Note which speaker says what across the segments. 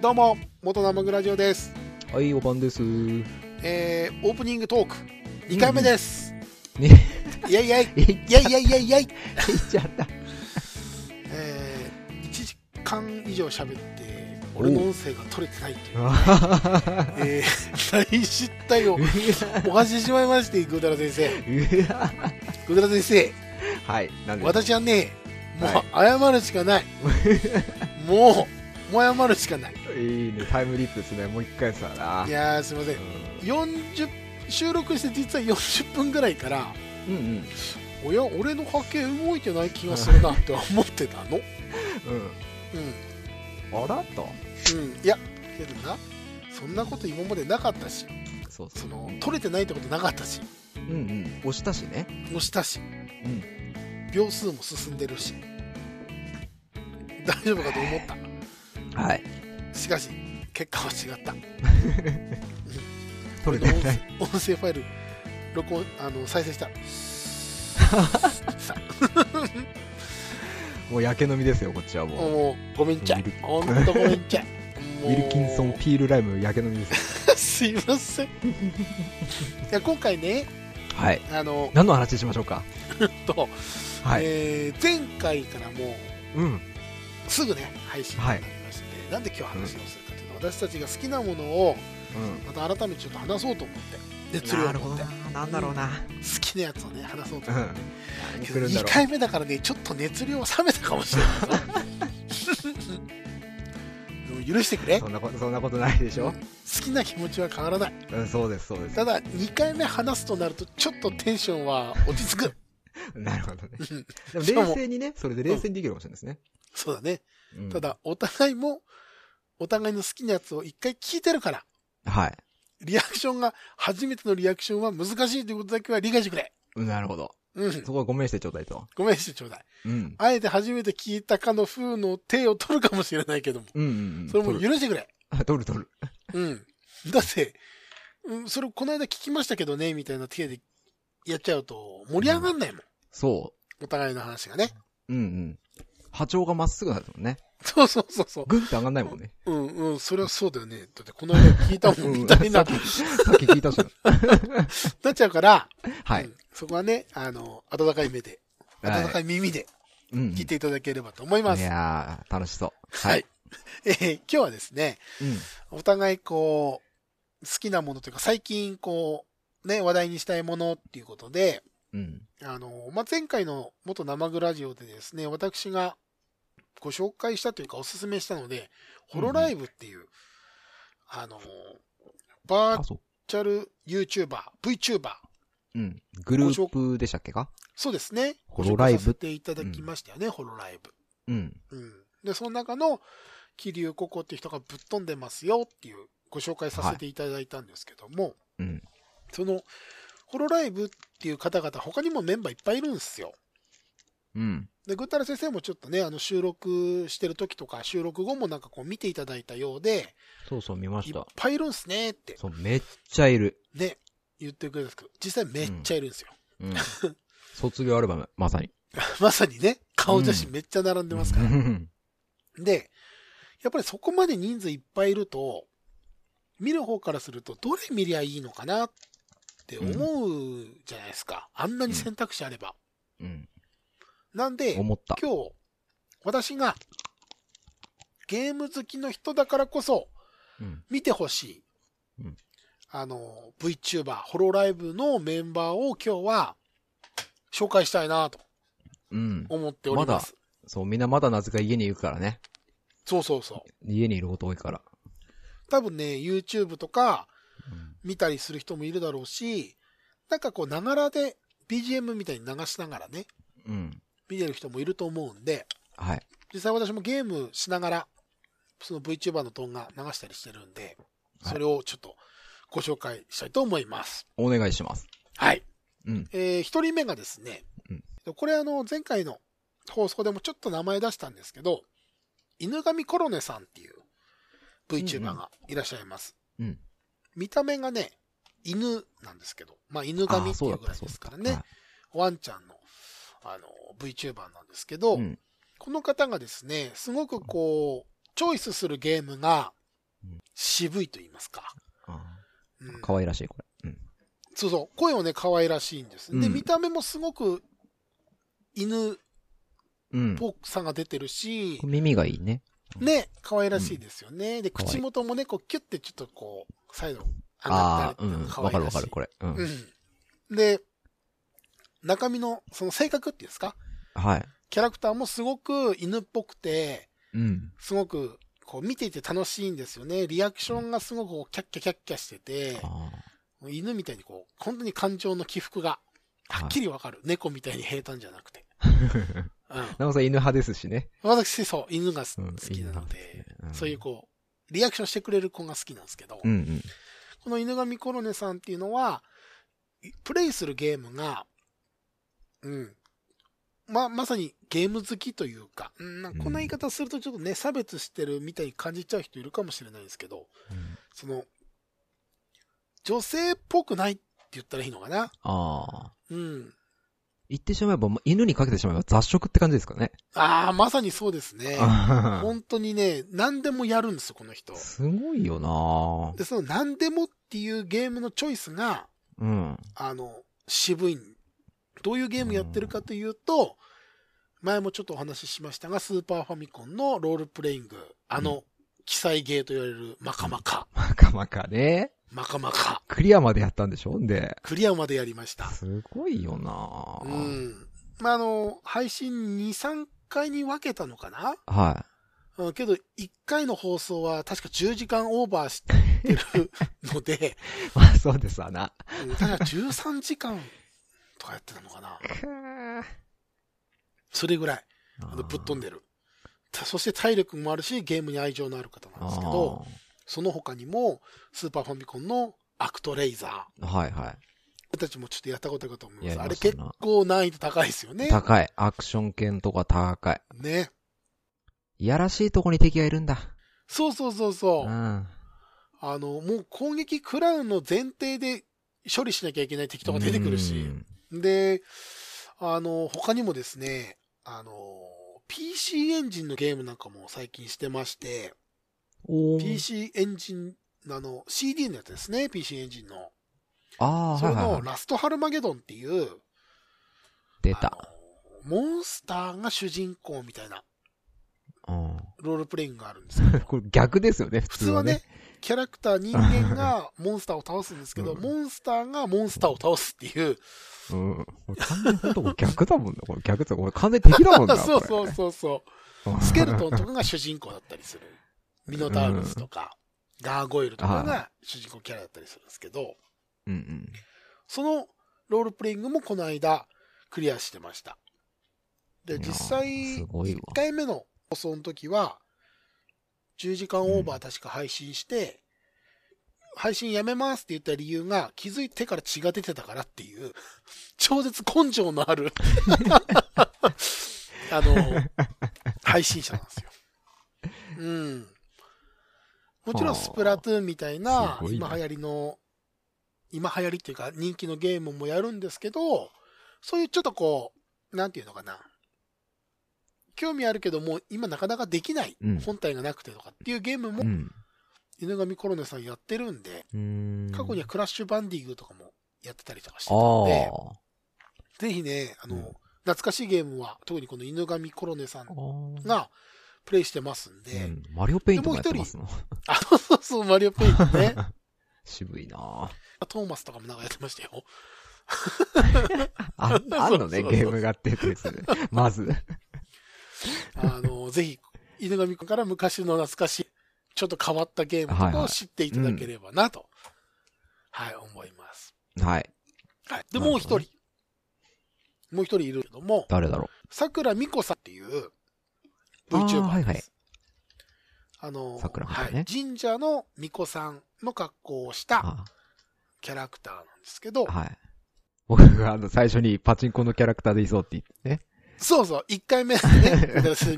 Speaker 1: どうも元生グラジオです、
Speaker 2: はい、おばんです。ね。
Speaker 1: えー、オープニングトーク2回目です、イェイイェイ
Speaker 2: えい
Speaker 1: イェイイェイイェイイェイ
Speaker 2: ちゃ った。
Speaker 1: えー、1時間以上喋って俺の音声が取れてないっていう、えー、大失態を犯してしまいましてグータラ先生グータラ先生
Speaker 2: はい、なんで
Speaker 1: 私はねもう謝るしかない、もうもう謝るしかない。
Speaker 2: いいね、タイムリープですね。もう一回さない
Speaker 1: やーすいません40収録して実は40分ぐらいから
Speaker 2: うんうん。うん。
Speaker 1: おや俺の波形動いてない気がするなって思ってたのう
Speaker 2: あらと。
Speaker 1: んうんいやけどなそんなこと今までなかったし
Speaker 2: そうそ。
Speaker 1: そうの取れてないってことなかったし
Speaker 2: うんうん。押したしね。
Speaker 1: 押したし
Speaker 2: うん。
Speaker 1: 秒数も進んでるし大丈夫かと思った
Speaker 2: はい。
Speaker 1: しかし結果は違った
Speaker 2: 取
Speaker 1: 音声。音声ファイル録音あの再生したさ
Speaker 2: もう焼け飲みですよ、こっちはもう。
Speaker 1: もうごめんちゃい
Speaker 2: ウィル
Speaker 1: ほんとごめんちゃい
Speaker 2: ウィルキンソンピールライム焼け飲みです。
Speaker 1: すいませんいや今回ね
Speaker 2: はい。
Speaker 1: あの
Speaker 2: 何の話しましょうか
Speaker 1: と、
Speaker 2: はい。
Speaker 1: えー前回からも
Speaker 2: うん。
Speaker 1: うすぐね配信になりまして、なんで今日話をするかというと、私たちが好きなものをまた改めてちょっと話そうと思って熱量を持って好。
Speaker 2: なん
Speaker 1: だろう
Speaker 2: な。
Speaker 1: きなやつをね話そうと
Speaker 2: うん。
Speaker 1: 思って、
Speaker 2: 何
Speaker 1: け
Speaker 2: 来
Speaker 1: ど
Speaker 2: るんだ
Speaker 1: 2
Speaker 2: ろ
Speaker 1: 回目だからねちょっと熱量冷めたかもしれないでも許してくれ
Speaker 2: う。そんなこと、そんなことないでしょ
Speaker 1: 好きな気持ちは変わらない
Speaker 2: うん、そうです、そうです
Speaker 1: た。だ2回目話すとなるとちょっとテンションは落ち着く
Speaker 2: なるほどね。
Speaker 1: うん
Speaker 2: でも
Speaker 1: しかも
Speaker 2: 冷静にね、それで冷静にできるかもしれないですね。
Speaker 1: そうだね
Speaker 2: うん
Speaker 1: た。だ、お互いも、お互いの好きなやつを一回聞いてるから、
Speaker 2: はい。
Speaker 1: リアクションが、初めてのリアクションは難しいということだけは理解してくれ。
Speaker 2: なるほど。
Speaker 1: うん。
Speaker 2: そこはごめんしてちょうだいと。
Speaker 1: ごめんしてちょうだい。
Speaker 2: うん。
Speaker 1: あえて初めて聞いたかの風の手を取るかもしれないけども、
Speaker 2: うんうんうん。
Speaker 1: それも
Speaker 2: 取る
Speaker 1: 許してくれ。
Speaker 2: あ 取る取る。
Speaker 1: うん。だって、うん、それこの間聞きましたけどね、みたいな手でやっちゃうと、盛り上がんないもん。
Speaker 2: そ
Speaker 1: お互いの話がね。
Speaker 2: う。うんうん。波長がまっすぐなんだもんね。
Speaker 1: そうそうそうそう。
Speaker 2: グンって上がんないもんね。
Speaker 1: うんうん、それはそうだよね。だってこの間聞いたもんみたいな
Speaker 2: さ、っき聞いたし。
Speaker 1: なっちゃうから、
Speaker 2: は
Speaker 1: う
Speaker 2: い
Speaker 1: ん。そこはね、あの、温かい目で、
Speaker 2: はい
Speaker 1: 温かい耳で
Speaker 2: うんうん。
Speaker 1: 聞いていただければと思います。
Speaker 2: いやー、楽しそう。
Speaker 1: はい、えー今日はですね、
Speaker 2: うん。
Speaker 1: お互いこう、好きなものというか、最近こう、ね、話題にしたいものっていうことで、
Speaker 2: うん。
Speaker 1: あの、まあ、前回の元生グラジオでですね、私がご紹介したというか、おすすめしたので、ホロライブっていう、あの、バ
Speaker 2: あ、
Speaker 1: ー
Speaker 2: そ
Speaker 1: チャル YouTuber、VTuber、
Speaker 2: う。うん。グループでしたっけか
Speaker 1: そうですね、
Speaker 2: ホロライ
Speaker 1: ご紹介
Speaker 2: ブ
Speaker 1: させていただきましたよね、ホロライブ。
Speaker 2: うん。
Speaker 1: うん。で、その中の、桐生ココっていう人がぶっ飛んでますよっていうご紹介させていただいたんですけども、
Speaker 2: うん。
Speaker 1: その、ホロライブっていう方々、他にもメンバーいっぱいいるんですよ。
Speaker 2: うん。
Speaker 1: で、ぐったら先生もちょっとね、あの、収録してる時とか、収録後もなんかこう見ていただいたようで、
Speaker 2: そうそう、見ま
Speaker 1: いっ。ぱいいるんすねって、
Speaker 2: そう、めっちゃいる。
Speaker 1: ね、言ってくれるんですけど、実際めっちゃいるんですよ。
Speaker 2: うん。卒業アルバム、まさに。
Speaker 1: まさにね、顔写真めっちゃ並んでますから。
Speaker 2: うん
Speaker 1: で、やっぱりそこまで人数いっぱいいると、見る方からすると、どれ見りゃいいのかなって思うじゃないですか。あんなに選択肢あれば。
Speaker 2: うん。
Speaker 1: なんで、今
Speaker 2: 思った。
Speaker 1: 日、私が、ゲーム好きの人だからこそ、
Speaker 2: うん。
Speaker 1: 見てほしい、
Speaker 2: うん
Speaker 1: あの、VTuber、ホロライブのメンバーを今日は、紹介したいなと
Speaker 2: うん。
Speaker 1: 思っております。
Speaker 2: そう、みんなまだなぜか家にいるからね。
Speaker 1: そうそうそう。
Speaker 2: 家にいること多いから。
Speaker 1: 多分ね、YouTube とか、
Speaker 2: うん
Speaker 1: 見たりする人もいるだろうし、なんかこう、ながらで BGM みたいに流しながらね、
Speaker 2: うん。
Speaker 1: 見てる人もいると思うんで、
Speaker 2: はい。
Speaker 1: 実際私もゲームしながら、その VTuber の動画流したりしてるんで、
Speaker 2: はい
Speaker 1: それをちょっとご紹介したいと思います。
Speaker 2: お願いします。
Speaker 1: はい。
Speaker 2: うん。
Speaker 1: えー、一人目がですね、これあの、前回の放送でもちょっと名前出したんですけど、犬神コロネさんっていう VTuber がいらっしゃいます。
Speaker 2: うん。
Speaker 1: 見た目がね、犬なんですけど、まあ犬神
Speaker 2: あ
Speaker 1: って
Speaker 2: そ
Speaker 1: いう
Speaker 2: だ
Speaker 1: う
Speaker 2: っ
Speaker 1: ぐら
Speaker 2: た、
Speaker 1: い
Speaker 2: そう
Speaker 1: で
Speaker 2: だっ
Speaker 1: すか
Speaker 2: た。
Speaker 1: らね
Speaker 2: は、
Speaker 1: ワンちゃんの、あの、VTuber なんですけど、
Speaker 2: い。うん。
Speaker 1: この方がですね、すごくこう、チョイスするゲームが、
Speaker 2: うん
Speaker 1: 渋いと言いますか。
Speaker 2: あ
Speaker 1: うん
Speaker 2: ー可愛らしい、これ。うん。
Speaker 1: そうそう、声もね、可愛らしいんです。で、
Speaker 2: うん
Speaker 1: 見た目もすごく犬っ
Speaker 2: うん。
Speaker 1: ぽさが出てるし、
Speaker 2: 耳がいいね。
Speaker 1: ね、可愛らしいですよね。で、
Speaker 2: 可愛い
Speaker 1: 口元もね、こう、キュッてちょっとこう、再度、上が
Speaker 2: あ
Speaker 1: った
Speaker 2: あー、う
Speaker 1: りっていう
Speaker 2: ん。
Speaker 1: のが
Speaker 2: わかるわ
Speaker 1: 可
Speaker 2: か
Speaker 1: 愛らし
Speaker 2: る、
Speaker 1: い
Speaker 2: これ。うん。
Speaker 1: うん。で、中身の、その性格っていうんですか
Speaker 2: はい。
Speaker 1: キャラクターもすごく犬っぽくて、
Speaker 2: うん。
Speaker 1: すごく、こう見ていて楽しいんですよね。リアクションがすごくこうキャッキャキャッキャしてて、
Speaker 2: あ
Speaker 1: もう犬みたいにこう、本当に感情の起伏が、
Speaker 2: はい
Speaker 1: はっきりわかる。猫みたいに平坦じゃなくて。
Speaker 2: あ。
Speaker 1: うん。
Speaker 2: なおさん犬派ですしね。
Speaker 1: 私、そう、犬がす
Speaker 2: う
Speaker 1: 好
Speaker 2: ん
Speaker 1: きなの
Speaker 2: 犬派
Speaker 1: で
Speaker 2: ですね、うん
Speaker 1: そういうこう、リアクションしてくれる子が好きなんですけど、
Speaker 2: うんうん。
Speaker 1: この犬神コロネさんっていうのは、いプレイするゲームが、うん。ま、まさにゲーム好きというか、うん、なんかこんな言い方するとちょっとね、差別してるみたいに感じちゃう人いるかもしれないですけど、
Speaker 2: うん
Speaker 1: その、女性っぽくないって言ったらいいのかな
Speaker 2: ああ。
Speaker 1: うん。
Speaker 2: 言ってしまえば、もう犬にかけてしまえば雑食って感じですかね。
Speaker 1: ああ、まさにそうですね。
Speaker 2: あー
Speaker 1: 本当にね、何でもやるんですよ、この人。
Speaker 2: すごいよな
Speaker 1: で、その何でもっていうゲームのチョイスが、
Speaker 2: うん。
Speaker 1: あの、渋い。どういうゲームやってるかというと、前もちょっとお話ししましたが、スーパーファミコンのロールプレイング、あの、記載ゲーと言われるマカマカ、
Speaker 2: まかまかね。
Speaker 1: マカマカ、
Speaker 2: クリアまでやったんでしょんで。
Speaker 1: クリアまでやりました。
Speaker 2: すごいよな
Speaker 1: う、ん。まあ、あの、配信2、3回に分けたのかな
Speaker 2: は
Speaker 1: うん、けど、1回の放送は確か10時間オーバーしてるの で、
Speaker 2: い。まあそうですわな。
Speaker 1: うん確か13時間とかやってたのかなそれぐらい、あのぶっ飛ん
Speaker 2: で
Speaker 1: でる。たそして体力もあるし、ゲームに愛情のある方なんですけど、。その他にも、スーパーファミコンのアクトレイザー。
Speaker 2: あーはいは
Speaker 1: 僕たちもちょっとやったことあるかと思います。
Speaker 2: や
Speaker 1: あれ
Speaker 2: りました
Speaker 1: 結
Speaker 2: な
Speaker 1: 構難易度高いですよね
Speaker 2: い。。高い。アクション系のとこは高い。
Speaker 1: ね。
Speaker 2: いやらしいとこに敵がいるんだ。
Speaker 1: そうそうそう
Speaker 2: う
Speaker 1: そう。
Speaker 2: ん。
Speaker 1: あの、もう攻撃食らうの前提で処理しなきゃいけない敵とか出てくるし。
Speaker 2: うん
Speaker 1: で、あの、他にもですね、あの、PC エンジンのゲームなんかも最近してまして、
Speaker 2: おー
Speaker 1: PC エンジン、あの、CD のやつですね、PC エンジンの。
Speaker 2: ああ、
Speaker 1: そ
Speaker 2: は
Speaker 1: れ
Speaker 2: いはいは
Speaker 1: の
Speaker 2: い。
Speaker 1: ラストハルマゲドンっていう、
Speaker 2: 出た。
Speaker 1: あのモンスターが主人公みたいな
Speaker 2: うん。
Speaker 1: ロールプレイングがあるんですけど、
Speaker 2: これ逆ですよね、 普
Speaker 1: 普通
Speaker 2: 通は
Speaker 1: は
Speaker 2: ね
Speaker 1: ね。、キャラクター、人間 がモンスターを倒すんですけど、
Speaker 2: うん
Speaker 1: モンスターがモンスターを倒すっていう、
Speaker 2: うん。これ完全に本当もう逆だもんな。これ逆って、これ完全に敵だもん な。
Speaker 1: そう
Speaker 2: こ
Speaker 1: そうそうそう。
Speaker 2: れ
Speaker 1: スケルトンとかが主人公だったりする。ミノタウルスとか、ガーゴイルとかが主人公キャラだったりするんですけど、
Speaker 2: うんうん。
Speaker 1: そのロールプレイングもこの間クリアしてました。
Speaker 2: い
Speaker 1: で、
Speaker 2: やー
Speaker 1: 実際、
Speaker 2: すごい
Speaker 1: 1
Speaker 2: わ
Speaker 1: 回目の放送の時は、10時間オーバー確か配信して、配信やめますって言った理由が、気づいてから血が出てたからっていう、超絶根性のあ る、あの、配信者なんですよ。うん。もちろんスプラトゥーンみたい
Speaker 2: はあ
Speaker 1: な
Speaker 2: す、ごいね
Speaker 1: 今流行りの、今流行りっていうか人気のゲームもやるんですけど、そういうちょっとこう、なんていうのかな。興味あるけども、今なかなかできない、
Speaker 2: うん
Speaker 1: 本体がなくてとかっていうゲーム
Speaker 2: う
Speaker 1: も、
Speaker 2: ん。
Speaker 1: 犬神コロネさんやってるんで、
Speaker 2: うーん。
Speaker 1: 過去にはクラッシュバンディングとかもやってたりとかしてたんで、
Speaker 2: あ
Speaker 1: ぜひね、あの、
Speaker 2: うん
Speaker 1: 懐かしいゲームは、特にこの犬神コロネさん
Speaker 2: あー。
Speaker 1: がプレイしてますんで、
Speaker 2: うんマリオペイントもやってますの。
Speaker 1: あ、そうそうそう、マリオペイント ね。
Speaker 2: 渋 いな
Speaker 1: トーマスとかもなんかやってましたよ。
Speaker 2: ああんの
Speaker 1: そうそう
Speaker 2: ね、
Speaker 1: そう
Speaker 2: ゲームがってやつで すね。まず。
Speaker 1: あの、ぜひ、犬神君から昔の懐かしい、ちょっと変わったゲームと
Speaker 2: はい
Speaker 1: か
Speaker 2: は
Speaker 1: を
Speaker 2: い
Speaker 1: 知っていただければなと、はい、思います。
Speaker 2: はい。
Speaker 1: はい。で、
Speaker 2: なる
Speaker 1: もう
Speaker 2: ほ
Speaker 1: 一
Speaker 2: ど
Speaker 1: 人
Speaker 2: ね、
Speaker 1: もう一人いるけども、
Speaker 2: 誰だろ
Speaker 1: 桜美子さんっていう
Speaker 2: あ
Speaker 1: VTuber
Speaker 2: ー
Speaker 1: です。
Speaker 2: はいはい
Speaker 1: あの、
Speaker 2: 桜美子ね
Speaker 1: はい、神社の巫女さんの格好をし
Speaker 2: う。
Speaker 1: た
Speaker 2: あ
Speaker 1: キャラクターなんですけど、
Speaker 2: はい。僕があの、最初にパチンコのキャラクターでいそうって言ってね。
Speaker 1: そうそう、一回目 ね、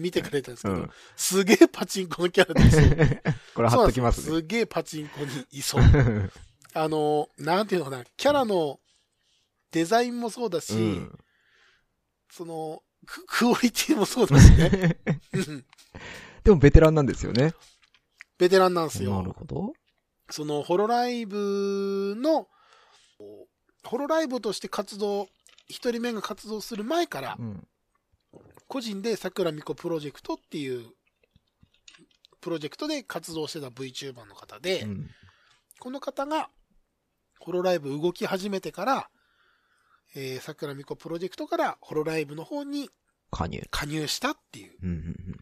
Speaker 1: 見てくれたんですけ
Speaker 2: う
Speaker 1: ど、
Speaker 2: ん。
Speaker 1: すげえパチンコのキャラですよ。
Speaker 2: これ貼っときま
Speaker 1: そう
Speaker 2: す
Speaker 1: なんですよ
Speaker 2: ね。
Speaker 1: すげえパチンコにいそう。あの、なんていうのかな、キャラのデザインもそうだし、
Speaker 2: うん。
Speaker 1: その、ク クオリティもそうだしね。うん
Speaker 2: でもベテランなんですよね。
Speaker 1: ベテランなんです
Speaker 2: なる
Speaker 1: よ。
Speaker 2: ほど。
Speaker 1: その、ホロライブの、ホロライブとして活動、一人目が活動する前から
Speaker 2: う、ん。
Speaker 1: 個人で桜美子プロジェクトっていう、プロジェクトで活動してた VTuber の方で、
Speaker 2: うん。
Speaker 1: この方が、ホロライブ動き始めてから、えー、桜美子プロジェクトからホロライブの方に
Speaker 2: 加入。
Speaker 1: 加入したっていう
Speaker 2: うん。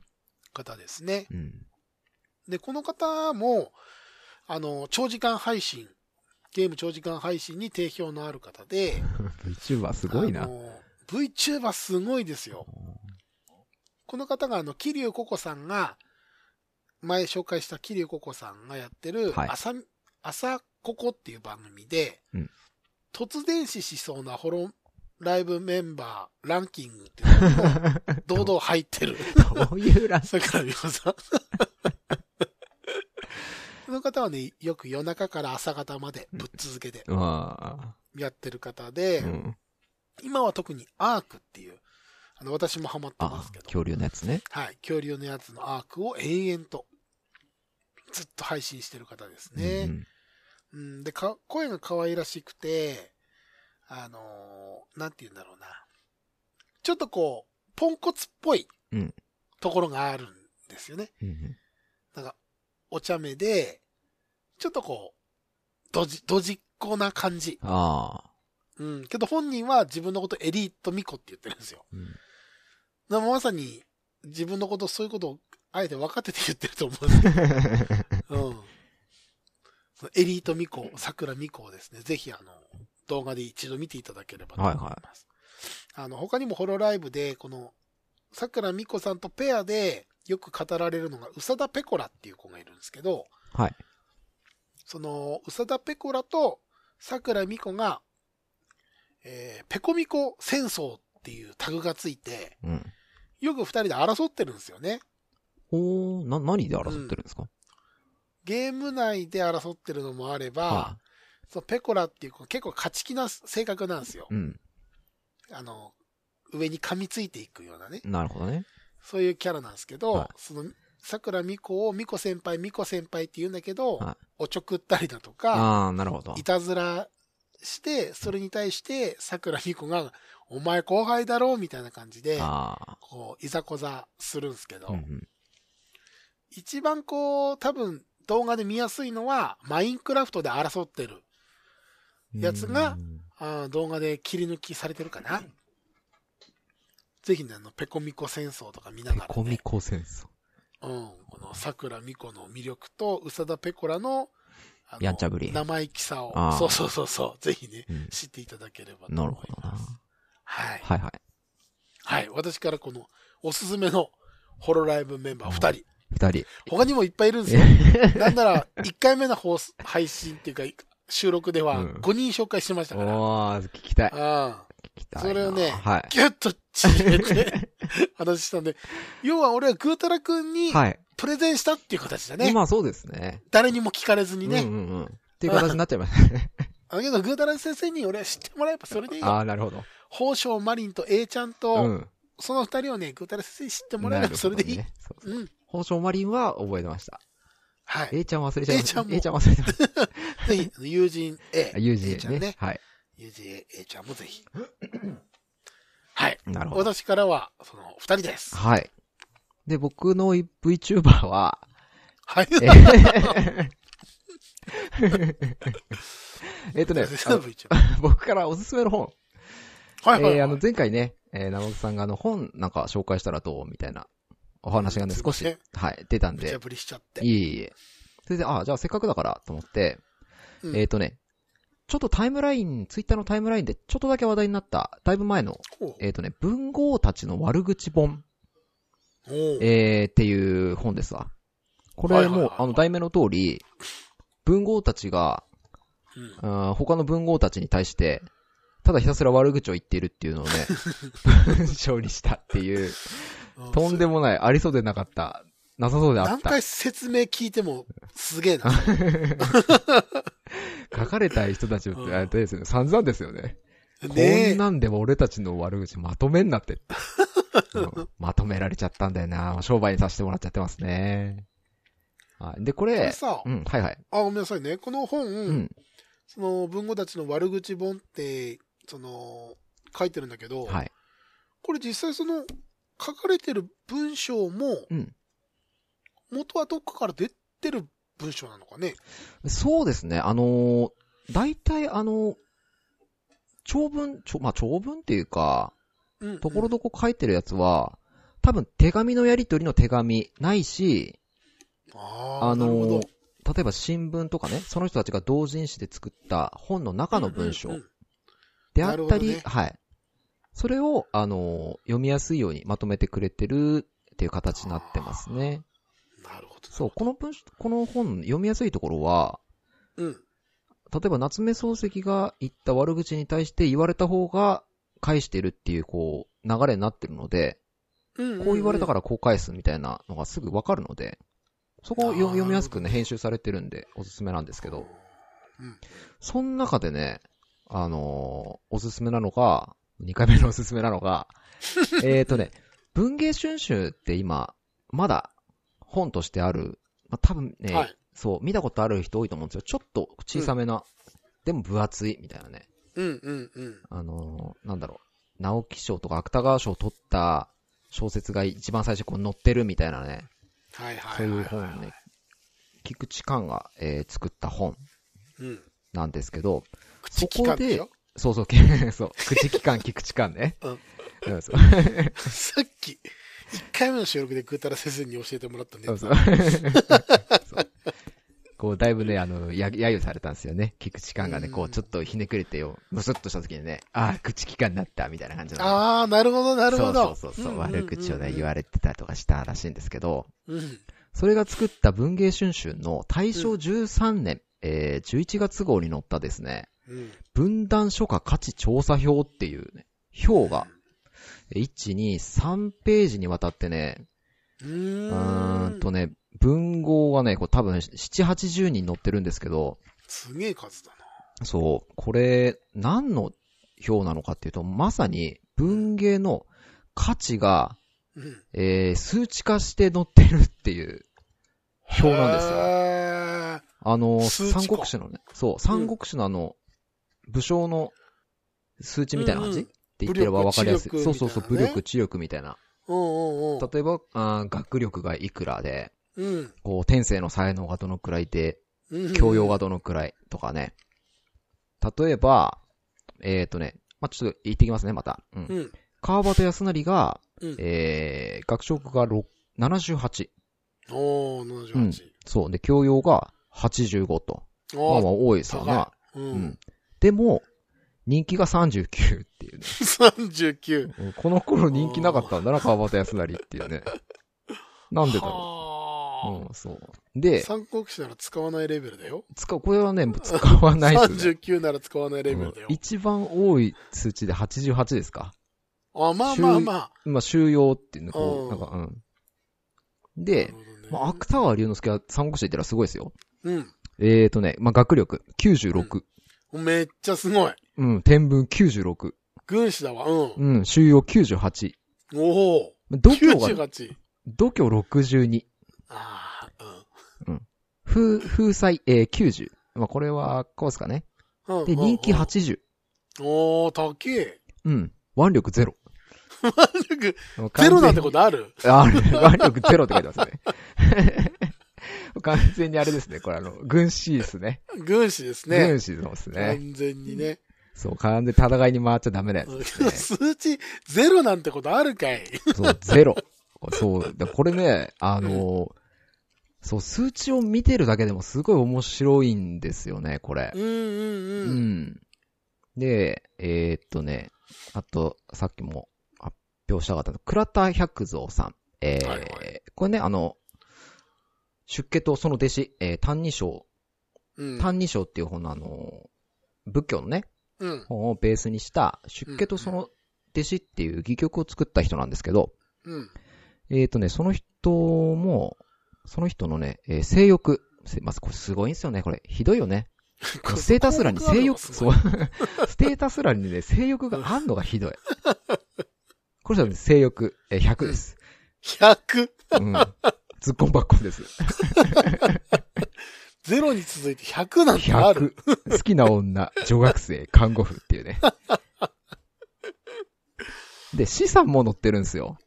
Speaker 1: 方ですね。
Speaker 2: う ん。うん。
Speaker 1: で、この方も、あの、長時間配信、ゲーム長時間配信に定評のある方で、
Speaker 2: VTuber すごい
Speaker 1: あ
Speaker 2: な。
Speaker 1: の VTuber すごいですよ。この方が、あの、桐生ココさんが、前紹介した桐生ココさんがやってる
Speaker 2: はい
Speaker 1: 朝、朝ココっていう番組で、
Speaker 2: うん
Speaker 1: 突然死しそうなホロライブメンバーランキングっていうのも堂々入って る。
Speaker 2: どうい うラン
Speaker 1: 桜美穂さん。この方はね、よく夜中から朝方までぶっ続けて
Speaker 2: あ
Speaker 1: やってる方
Speaker 2: あ。
Speaker 1: で、
Speaker 2: うん。
Speaker 1: 今は特にアークっていう、あの、私もハマってま
Speaker 2: あ
Speaker 1: すけ、ど、
Speaker 2: 恐竜のやつね。
Speaker 1: はい、恐竜のやつのアークを延々と、ずっと配信してる方です
Speaker 2: う
Speaker 1: ね。
Speaker 2: ん
Speaker 1: うん、でか、声が可愛らしくて、あのーなんて言うんだろうな。ちょっとこう、ポンコツっぽい
Speaker 2: うん
Speaker 1: ところがあるんですよね。
Speaker 2: うん。うん
Speaker 1: なんか、お茶目で、ちょっとこう、ドジ、ドジっ子な感じ。
Speaker 2: ああ。
Speaker 1: うん。けど本人は自分のことエリートミコって言ってるんですよ。
Speaker 2: うん
Speaker 1: でもまさに自分のこと、そういうことをあえて分かってて言ってると思うんですけど。うん。そのエリートミコ、桜ミコをですね、ぜひあの、動画で一度見ていただければと思います。
Speaker 2: はいは
Speaker 1: あの、他にもホロライブで、この、桜ミコさんとペアでよく語られるのが、宇佐田ペコラっていう子がいるんですけど、
Speaker 2: はい。
Speaker 1: その、宇佐田ペコラと桜美子が、えーペコミコ戦争っていうタグがついて、
Speaker 2: うん。
Speaker 1: よく二人で争ってるんですよね。
Speaker 2: おー、な、何で争ってるんですか
Speaker 1: ゲーム内で争ってるのもあれば、
Speaker 2: は
Speaker 1: そのペコラっていう子結構勝ち気な性格なんですよ
Speaker 2: い。。うん。
Speaker 1: あの、上に噛みついていくようなね。
Speaker 2: なるほどね。
Speaker 1: そういうキャラなんですけど、
Speaker 2: はい
Speaker 1: その、桜美子を美子先輩、美子先輩って言うんだけど、
Speaker 2: はい
Speaker 1: おちょくったりだとか、
Speaker 2: ああ、なるほど
Speaker 1: い。たずらして、それに対して、桜美子が、お前後輩だろみたいな感じで、
Speaker 2: ああ。
Speaker 1: こう、いざこざするんですけど、
Speaker 2: うんうん
Speaker 1: 一番こう、多分、動画で見やすいのは、マインクラフトで争ってる、やつが
Speaker 2: うん
Speaker 1: あー動画で切り抜きされてるかな。ぜひね、あの、ペコミコ戦争とか見な
Speaker 2: ペ
Speaker 1: がら、ね、
Speaker 2: コミコ戦争。
Speaker 1: うん、この桜美子の魅力と、宇佐田ペコラの、あの
Speaker 2: やんちゃぶり
Speaker 1: 生意気さを
Speaker 2: あ、ー
Speaker 1: そうそうそうそう、ぜひね、
Speaker 2: うん
Speaker 1: 知っていただければと思います。
Speaker 2: なるほどな。
Speaker 1: はい。
Speaker 2: はいはい。
Speaker 1: はい。私からこの、おすすめのホロライブメンバー2人。
Speaker 2: 二人。
Speaker 1: 他にもいっぱいいるんですよ。 なんなら、1回目の放送配信っていうか、収録では
Speaker 2: うん
Speaker 1: 5人紹介してましたから。
Speaker 2: おー、聞きたい。
Speaker 1: ああ
Speaker 2: 聞きたいな。
Speaker 1: それをね
Speaker 2: は
Speaker 1: ギュッと縮め て話したんで、要は俺はグータラ君
Speaker 2: い。
Speaker 1: に
Speaker 2: はい。
Speaker 1: プレゼンしたっていう形だね。
Speaker 2: まあそうですね。
Speaker 1: 誰にも聞かれずにね。
Speaker 2: うんうんうん。っていう形になっちゃいましたね。
Speaker 1: あだけどグータラ先生に俺は知ってもらえばそれでいい
Speaker 2: あ
Speaker 1: よ。
Speaker 2: あ、なるほど。
Speaker 1: 宝生マリンと A ちゃんと、
Speaker 2: うん。
Speaker 1: その2人をね、グータラ先生に知ってもら
Speaker 2: な
Speaker 1: え
Speaker 2: る
Speaker 1: れば
Speaker 2: ほど
Speaker 1: それでいい。
Speaker 2: ね。そうそう
Speaker 1: うん。
Speaker 2: 宝生マリンは覚えてました。
Speaker 1: はい。
Speaker 2: A ちゃん忘れちゃいま
Speaker 1: A
Speaker 2: し
Speaker 1: ちゃ
Speaker 2: た
Speaker 1: ん。も
Speaker 2: A ちゃん忘れてました。
Speaker 1: ぜひ、あの友人 A
Speaker 2: あ。友
Speaker 1: A ちゃ
Speaker 2: 人
Speaker 1: ん
Speaker 2: ね
Speaker 1: ね。。
Speaker 2: はい。
Speaker 1: 友人 A ちゃんもぜひ。はい。
Speaker 2: なるほど。
Speaker 1: 私からは、その、二人です。
Speaker 2: はい。で、僕の VTuber は、
Speaker 1: はい。
Speaker 2: えーえっとね、あの
Speaker 1: 一応
Speaker 2: 僕からおすすめの本。
Speaker 1: はいはいはい。
Speaker 2: えーあの、前回ね、えー、生木さんがあの、本なんか紹介したらどうみたいなお話がね、
Speaker 1: すい
Speaker 2: 少
Speaker 1: ませ
Speaker 2: し
Speaker 1: ん、
Speaker 2: はい、出たん
Speaker 1: 無茶
Speaker 2: で、
Speaker 1: ぶりしちゃって。
Speaker 2: いえいえ。それで、ああ、じゃあせっかくだからと思って、
Speaker 1: うん
Speaker 2: えっ、とね、ちょっとタイムライン、ツイッターのタイムラインでちょっとだけ話題になった、だいぶ前の、
Speaker 1: ほう
Speaker 2: えっ、とね、文豪たちの悪口本、
Speaker 1: ほう
Speaker 2: えー、っていう本ですわ。こ
Speaker 1: はい
Speaker 2: れ
Speaker 1: はいはい
Speaker 2: もう、あの、題名の通り、文豪たちが、
Speaker 1: うん
Speaker 2: あー他の文豪たちに対して、ただひたすら悪口を言っているっていうのをね、文章にしたっていう、
Speaker 1: うん
Speaker 2: とんでもない、ありそうでなかった、なさそうであっ
Speaker 1: 何
Speaker 2: た。
Speaker 1: 回説明聞いても、すげえ な。
Speaker 2: 書かれたい人たちって、
Speaker 1: うん
Speaker 2: あれですよね、散々ですよね。こん
Speaker 1: ね
Speaker 2: なんでも俺たちの悪口まとめんなって。うんまとめられちゃったんだよな。商売にさせてもらっちゃってますね。はい。で、こ
Speaker 1: これ
Speaker 2: れ、
Speaker 1: さ、
Speaker 2: うん、はいはい。
Speaker 1: あ、ごめんなさいね。この本、
Speaker 2: うん。
Speaker 1: その文豪たちの悪口本って、その、書いてるんだけど、
Speaker 2: はい。
Speaker 1: これ実際その、書かれてる文章も、
Speaker 2: うん
Speaker 1: 元はどっかから出てる文章なのかね。
Speaker 2: そうですね。あのー、大体あのー、長文、ちょ、まあ、長文っていうか、
Speaker 1: うん。
Speaker 2: ところどこ書いてるやつは、多分手紙のやり取りの手紙ないし、
Speaker 1: うんあ
Speaker 2: あ
Speaker 1: あ、なるほど
Speaker 2: のー、例えば新聞とかね、その人たちが同人誌で作った本の中の文章
Speaker 1: うんうんうん
Speaker 2: であった
Speaker 1: な
Speaker 2: り、
Speaker 1: るほどね
Speaker 2: はい。それを、あのー、読みやすいようにまとめてくれてるっていう形になってますね。
Speaker 1: なるほど。
Speaker 2: そう、この文章、この本読みやすいところは、
Speaker 1: うん。
Speaker 2: 例えば夏目漱石が言った悪口に対して言われた方が返してるっていう、こう、流れになってるので、
Speaker 1: うんんん
Speaker 2: こう言われたからこう返すみたいなのがすぐわかるので、そこを読読みやすくね、編集されてるんで、おすすめなんですけど、
Speaker 1: うん
Speaker 2: その中でね、あのーおすすめなのが、2回目のおすすめなの が、えーとね、文芸春秋って今、まだ本としてある、まあ、多分ね、
Speaker 1: はい。
Speaker 2: そう、見たことある人多いと思うんですよ。ちょっと小さめな、でも分厚いみたいなね。
Speaker 1: うんうんうん。
Speaker 2: あのーなんだろう、直木賞とか芥川賞を取った小説が一番最初こう載ってるみたいなね、
Speaker 1: はいは
Speaker 2: そ
Speaker 1: いうはいい、
Speaker 2: う本ね、菊池寛が、えー作った本
Speaker 1: うん。
Speaker 2: なんですけど、
Speaker 1: 口利かんでしょ
Speaker 2: そうそう、けそう、口期間、菊池寛ね。
Speaker 1: うん
Speaker 2: うん。そう
Speaker 1: さっき、一回目の収録でぐーたら先生に教えてもらったんで、
Speaker 2: そうそう。 そうこう、だいぶね、あの、や、揶揄されたんですよね。菊池寛がね、こ
Speaker 1: う
Speaker 2: う、
Speaker 1: ん
Speaker 2: ちょっとひねくれてよ、むすっとした時にね、ああ、口期間になった、みたいな感じのね、
Speaker 1: ああ、なるほど、なるほど。
Speaker 2: そうそうそうそう、悪口をね、言われてたりとかしたらしいんですけど、
Speaker 1: れうん。
Speaker 2: それが作った文芸春秋の大正13年、えー、11月号に載ったですね、
Speaker 1: うん。
Speaker 2: 分断書家価値調査表っていうね、表が、1、2、3ページにわたってね、
Speaker 1: う
Speaker 2: う
Speaker 1: ー
Speaker 2: ー
Speaker 1: ん
Speaker 2: ん。とね、文豪がね、こう多分7、80人載ってるんですけど、
Speaker 1: すげえ数だ
Speaker 2: そう、これ、何の表なのかっていうと、まさに文芸の価値が、
Speaker 1: な。うん。
Speaker 2: えー、数値化して載ってるっていう表なんですよ。
Speaker 1: よ。
Speaker 2: あの、
Speaker 1: 数値化
Speaker 2: 三国志のね、そう、三国志のあの、武将の数値みたいな感じ、
Speaker 1: うんうん
Speaker 2: って言ってれば分かりやすい。
Speaker 1: 武力知力みたいなね
Speaker 2: そうそうそう、
Speaker 1: うんう
Speaker 2: 武力、知力みたいな。
Speaker 1: ん
Speaker 2: 例えば、あー学力がいくらで、
Speaker 1: うん。
Speaker 2: こう、天性の才能がどのくらいで、
Speaker 1: うん。
Speaker 2: 教養がどのくらいとかね。例えば、えっ、ー、とね、まあ、ちょっと言ってきますね、また。うん。
Speaker 1: うん。
Speaker 2: 川端康成が、
Speaker 1: うん。
Speaker 2: えー、学食が6 78。
Speaker 1: おー、78。
Speaker 2: そう。で、教養が85と。まあまあ
Speaker 1: あ
Speaker 2: 多いですよな。
Speaker 1: ー、う
Speaker 2: うんん。。でも、人気が39っていうね。
Speaker 1: 39。
Speaker 2: うんこの頃人気なかったんだ な、川端康成っていうね。なんでだろう。
Speaker 1: ろ
Speaker 2: うん、そう。
Speaker 1: う
Speaker 2: で、
Speaker 1: 三国志なら使わないレベルだよ。
Speaker 2: 使う、これはね、使わないですね。
Speaker 1: 39なら使わないレベルだよ
Speaker 2: うん。一番多い数値で88ですか。
Speaker 1: あ、まあまあまあ。
Speaker 2: まあ、収容っていうの、
Speaker 1: う
Speaker 2: こう、なん
Speaker 1: ん
Speaker 2: か、うん。
Speaker 1: な
Speaker 2: で、
Speaker 1: るほどね
Speaker 2: まあ、芥川龍之介は三国志言ったらすごいですよ。
Speaker 1: うん。
Speaker 2: えーとね、まあ、学力96。
Speaker 1: めっちゃすごい。
Speaker 2: うん、天文96。
Speaker 1: 軍師だわ。うん。
Speaker 2: うん、収容98。
Speaker 1: おお。
Speaker 2: 度胸が、
Speaker 1: 98。
Speaker 2: 度胸62。
Speaker 1: ああ、
Speaker 2: 風、風彩、えー、90。まあ、これは、こうですかね。
Speaker 1: うん。
Speaker 2: で、
Speaker 1: うんうん
Speaker 2: 人気。80。
Speaker 1: おー、高 え。
Speaker 2: うん。腕力ゼロ。
Speaker 1: ゼロなんて
Speaker 2: こ
Speaker 1: ことある
Speaker 2: とある。腕力ゼロって書いてますね。 完全にあれですね。これあの、軍師ですね。
Speaker 1: 軍師ですね。
Speaker 2: 軍師のですね。
Speaker 1: 完全にね。
Speaker 2: そう、完全に戦いに回っちゃダメなやつですね。
Speaker 1: 数値ゼロなんてことあるかい。
Speaker 2: そう、ゼロ。そう、だこれね、あの、そう、数値を見てるだけでもすごい面白いんですよね、これ。
Speaker 1: うんうん
Speaker 2: う
Speaker 1: うん。
Speaker 2: ん。で、えーっとね、あと、さっきも発表したかったの、倉田百蔵さん。えー
Speaker 1: はいはい
Speaker 2: これね、あの、出家とその弟子、えー、単二章、
Speaker 1: うん。
Speaker 2: 単二章っていう本のあの、仏教のね、
Speaker 1: うん。
Speaker 2: 本をベースにした、出家とその弟子っていう戯曲を作った人なんですけど、
Speaker 1: うん。
Speaker 2: えーっとね、その人も、その人のね、えー性欲、せまずこれすごいんですよね、これ。ひどいよね。ステータス欄に性欲、
Speaker 1: すご
Speaker 2: そう。
Speaker 1: い。
Speaker 2: ステータス欄にね、性欲があんのがひどい。これじゃ性欲、えー100です。
Speaker 1: 100。
Speaker 2: うん。ずっこんばっこんです。
Speaker 1: 0に続いて100なんてある。
Speaker 2: 100。好きな女、女学生、看護婦っていうね。で、資産も載ってるんですよ。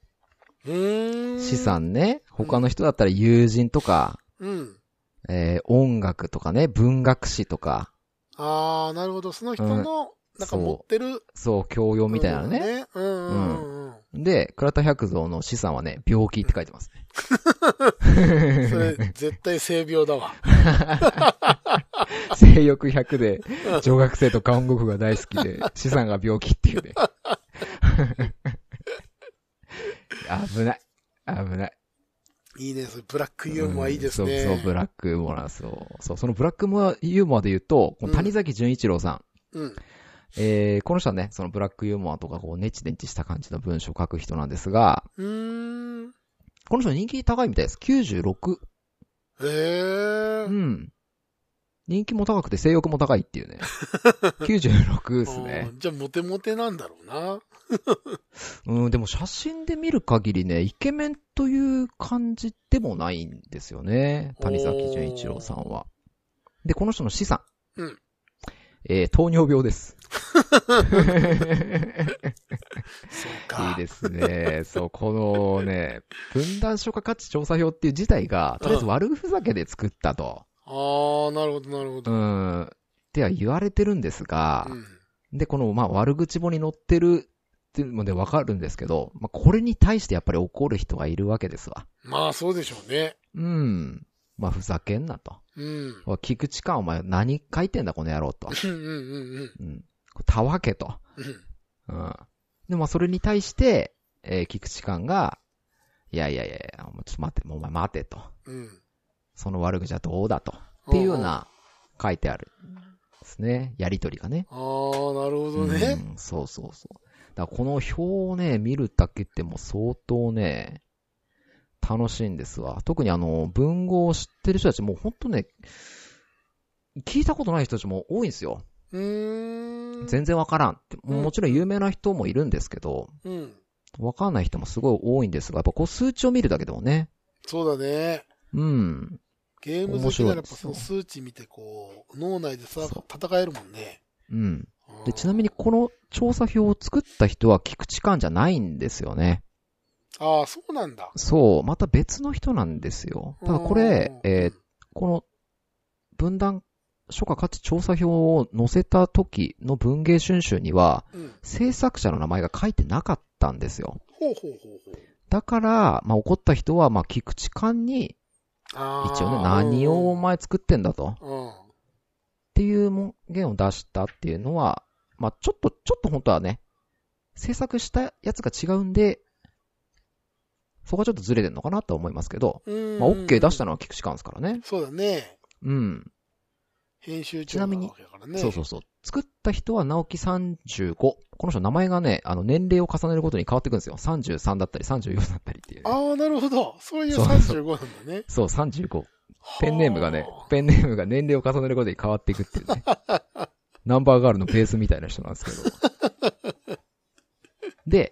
Speaker 1: うーん。
Speaker 2: 資。産ね。他の人だったら友人とか、
Speaker 1: うん。
Speaker 2: えー音楽とかね、文学史とか、
Speaker 1: ああ、なるほど。その人の、なんか持ってる。
Speaker 2: そう、教養みたいなのね。
Speaker 1: ね。うんうんうん
Speaker 2: で、倉田百蔵の資産はね、病気って書いてますね。
Speaker 1: うん。それ、絶対性病だわ。
Speaker 2: 性欲100で、女学生と看護婦が大好きで、資産が病気っていうね。危ない。危ない。
Speaker 1: いいね。それ、ブラックユーモアいいです
Speaker 2: う
Speaker 1: ね。
Speaker 2: んそうそう、ブラックユーモアそう。そう、そのブラックユーモアで言うと、この谷崎潤一郎さん。
Speaker 1: うん。
Speaker 2: えー、この人はね、そのブラックユーモアとか、こう、ネチネチした感じの文章を書く人なんですが、
Speaker 1: うーん。
Speaker 2: この人人気高いみたいです。96。
Speaker 1: へえ
Speaker 2: う。ん。人気も高くて性欲も高いっていうね。96ですね
Speaker 1: あ。ーじゃあ、モテモテなんだろうな。
Speaker 2: うん、でも写真で見る限りね、イケメンという感じでもないんですよね。谷崎潤一郎さんは。で、この人の資産。
Speaker 1: うん
Speaker 2: えー糖尿 病です。
Speaker 1: そう
Speaker 2: いい
Speaker 1: か。
Speaker 2: ですね。そう、このね、分断消化価値調査表っていう自体が、とりあえず悪ふざけで作ったと、
Speaker 1: ああ、なるほど、なるほ
Speaker 2: う
Speaker 1: ど。
Speaker 2: ん、っては言われてるんですが、
Speaker 1: うん。
Speaker 2: で、この、まあ、悪口本に載ってるっていうのでわかるんですけど、まあ、これに対してやっぱり怒る人がいるわけですわ。
Speaker 1: まあ、そうでしょうね。
Speaker 2: うん。まあ、ふざけんなと。
Speaker 1: うん。
Speaker 2: おい菊池か、お前何書いてんだ、この野郎と。
Speaker 1: うんうんうんうん
Speaker 2: うん。たわけと。
Speaker 1: うん。
Speaker 2: うん。で、まあ、それに対して、えー菊池寛が、いやいやいやいや、もうちょっと待って、もうお前待てと。
Speaker 1: うん。
Speaker 2: その悪口はどうだと。っていうような、書いてある。ですね。やりとりがね。
Speaker 1: ああ、なるほどね。
Speaker 2: うん、そうそうそう。だからこの表をね、見るだけでも相当ね、楽しいんですわ。特にあの、文豪を知ってる人たちもうほんとね、聞いたことない人たちも多いんですよ。
Speaker 1: うーん。
Speaker 2: 全然わからんって。
Speaker 1: うん
Speaker 2: もちろん有名な人もいるんですけど、
Speaker 1: うん。
Speaker 2: わかんない人もすごい多いんですが、やっぱこう数値を見るだけでもね、
Speaker 1: そうだね。
Speaker 2: うん。
Speaker 1: ゲーム好きならやっぱその
Speaker 2: 面
Speaker 1: 数値見てこう、脳内でさ、
Speaker 2: そう
Speaker 1: 戦えるもんね。
Speaker 2: うん。
Speaker 1: う
Speaker 2: で、
Speaker 1: ん
Speaker 2: ちなみに。この調査表を作った人は菊池寛じゃないんですよね。
Speaker 1: ああ、そうなんだ。
Speaker 2: そう、また別の人なんですよ。ただこれ、
Speaker 1: うん
Speaker 2: えー、この分断書価価値調査表を載せた時の文芸春秋には、
Speaker 1: うん。
Speaker 2: 制作者の名前が書いてなかったんですよ。
Speaker 1: ほうほうほうほう。
Speaker 2: だから、まあ怒った人は、まあ菊池寛に、
Speaker 1: ああ。
Speaker 2: 一応ね、何をお前作ってんだと、っ
Speaker 1: うん。うん。
Speaker 2: ていう文言を出したっていうのは、まあちょっと、ちょっと本当はね、制作したやつが違うんで、そこはちょっとずれてんのかなとは思いますけど、
Speaker 1: うん
Speaker 2: まあ OK 出したのは菊池寛ですからね。
Speaker 1: そうだね。
Speaker 2: うん。
Speaker 1: 編集
Speaker 2: ち
Speaker 1: 長
Speaker 2: なみ
Speaker 1: な
Speaker 2: に
Speaker 1: わけだからね。
Speaker 2: そうそうそう。作った人は直樹35。この人名前がね、あの年齢を重ねることに変わってくるんですよ。33だったり34だったりっていうね、
Speaker 1: ああ、なるほど。そういう
Speaker 2: そう
Speaker 1: 35なんだね。
Speaker 2: そう、35。ペンネームがね
Speaker 1: はあ、
Speaker 2: ペンネームが年齢を重ねることに変わっていくってい うね。ナンバーガールのベースみたいな人なんですけど。で、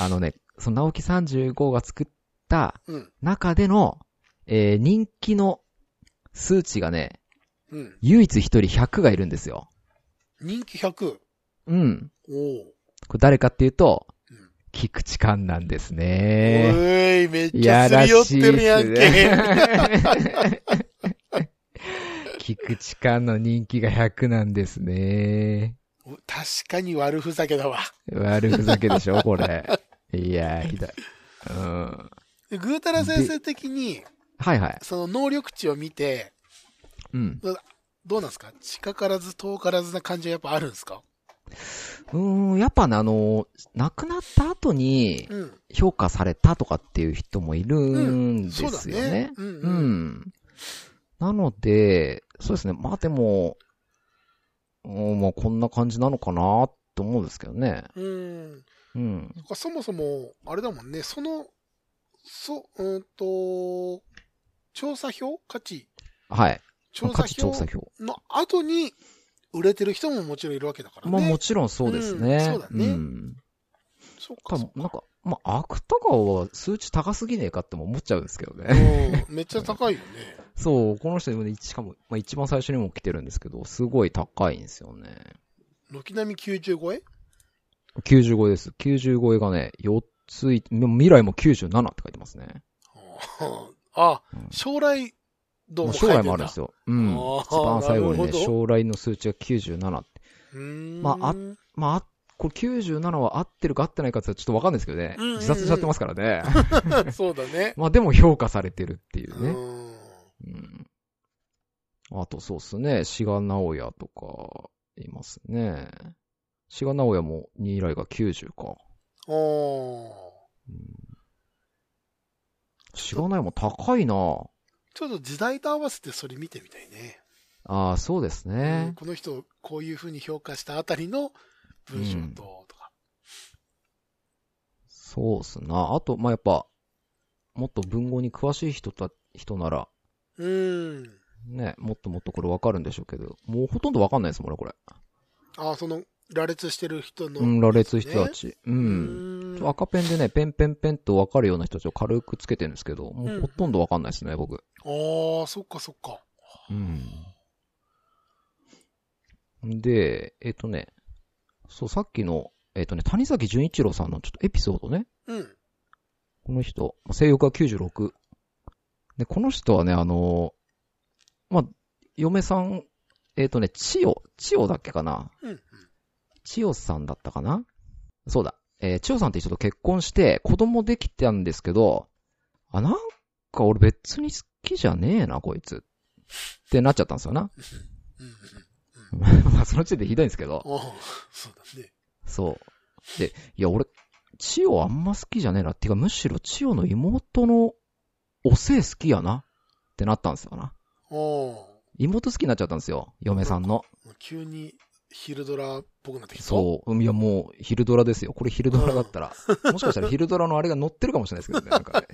Speaker 2: あのね、その直樹35が作った
Speaker 1: うん。
Speaker 2: 中での、えー人気の数値がね、
Speaker 1: うん。
Speaker 2: 唯一一人100がいるんですよ。
Speaker 1: 人気100。
Speaker 2: うん。
Speaker 1: おお。
Speaker 2: これ誰かっていうと
Speaker 1: うん、
Speaker 2: 菊池寛なんです
Speaker 1: お
Speaker 2: ね。
Speaker 1: い、めっ
Speaker 2: い
Speaker 1: ちゃすり寄ってるやん
Speaker 2: や
Speaker 1: け。
Speaker 2: らしいっすね菊池寛の人気が100なんですね。
Speaker 1: 確かに悪ふざけだわ。
Speaker 2: 悪ふざけでしょ、これ。いやー、ひどい。うん。
Speaker 1: でぐーたら先生的に、
Speaker 2: はいはい。
Speaker 1: その能力値を見て、
Speaker 2: うん。
Speaker 1: どうなんですか近からず遠からずな感じはやっぱあるんですか
Speaker 2: うーん、やっぱね、あの、亡くなった後に
Speaker 1: うん。
Speaker 2: 評価されたとかっていう人もいるんで
Speaker 1: そうだ
Speaker 2: すよね
Speaker 1: ね。。うん
Speaker 2: う
Speaker 1: うん。
Speaker 2: ん。なので、そうですね。まあでも、うんまあこんな感じなのかなと思うんですけどね。
Speaker 1: うん。
Speaker 2: うん。
Speaker 1: そもそも、あれだもんね、その、そ、うんと、調査票価値
Speaker 2: はい。
Speaker 1: 調
Speaker 2: 価
Speaker 1: 査
Speaker 2: 値調査
Speaker 1: 票
Speaker 2: 表。
Speaker 1: の後に売れてる人ももちろんいるわけだからね。
Speaker 2: まあもちろんそうです
Speaker 1: う
Speaker 2: ね。
Speaker 1: んそうだね
Speaker 2: うん
Speaker 1: そう
Speaker 2: 多
Speaker 1: か。
Speaker 2: 分なんか、まあ、芥川は数値高すぎねえかっても思っちゃうんですけどね。
Speaker 1: うんめっちゃ高いよね。
Speaker 2: そう、この人、ね、しかも、まあ、一番最初にも来てるんですけど、すごい高いんですよね。
Speaker 1: 軒並み95円
Speaker 2: 95です。95絵がね、4つい、未来も97って書いてますね。
Speaker 1: あ
Speaker 2: うん、
Speaker 1: 将来どう
Speaker 2: ま
Speaker 1: も
Speaker 2: あ将
Speaker 1: 書いて
Speaker 2: 来
Speaker 1: んだ
Speaker 2: もあるんですよ。うん。
Speaker 1: あー
Speaker 2: 一番最後に
Speaker 1: な
Speaker 2: ね、
Speaker 1: るほど
Speaker 2: 将来の数値が97って。
Speaker 1: うーん
Speaker 2: まああまああ、これ97は合ってるか合ってないかってちょっとわかんないですけどね
Speaker 1: うんうんうん。
Speaker 2: 自殺しちゃってますから ね。
Speaker 1: そうだね。
Speaker 2: まあでも評価されてるっていう
Speaker 1: う
Speaker 2: ね。
Speaker 1: ん
Speaker 2: うん。あとそうっすね、志賀直哉とか、いますね。志賀直哉も2以来が90か。
Speaker 1: おー
Speaker 2: うん志賀直哉も高いな
Speaker 1: ちょっと時代と合わせてそれ見てみたいね。
Speaker 2: ああ、そうです
Speaker 1: うん
Speaker 2: ね。
Speaker 1: この人をこういう風に評価したあたりの文章と、とか。
Speaker 2: そうっすな。あと、まあ、やっぱ、もっと文豪に詳しい人た、人なら、
Speaker 1: うーん。
Speaker 2: ね、もっともっとこれわかるんでしょうけど、もうほとんどわかんないですもんね、これ。
Speaker 1: あ、その、羅列してる人の。
Speaker 2: うん、羅列人たち。う。
Speaker 1: うんん。あ
Speaker 2: 赤ペンでね、ペンペンペンとわかるような人たちを軽くつけてるんですけど、もうほとんどわかんないですね、僕。
Speaker 1: あー、そっかそっか。
Speaker 2: うん。で、えっ、とね、そう、さっきの、えっ、とね、谷崎潤一郎さんのちょっとエピソードね。
Speaker 1: うん。
Speaker 2: この人、性欲は96。で、この人はね、あの、まあ、嫁さん、えっ、とね、千代、千代だっけかな
Speaker 1: うん。
Speaker 2: 千代さんだったかなそうだ。えー千代さんって人と結婚して、子供できたんですけど、あ、なんか俺別に好きじゃねえな、こいつ。ってなっちゃったんですよな。
Speaker 1: うん。うん。
Speaker 2: まあ、その時点でひどいんですけど。
Speaker 1: ああ、 そうだね。
Speaker 2: そう。で、いや、俺、千代あんま好きじゃねえな。っていうか、むしろ千代の妹のおせい好きやな。ってなったんですよな。
Speaker 1: ああ。
Speaker 2: 妹好きになっちゃったんですよ。嫁さんの。
Speaker 1: 急にヒルドラっぽくなってきた。
Speaker 2: そう。うんいや、もう、昼ドラですよ。これ昼ドラだったら。もしかしたら昼ドラのあれが乗ってるかもしれないですけどね。なんかね。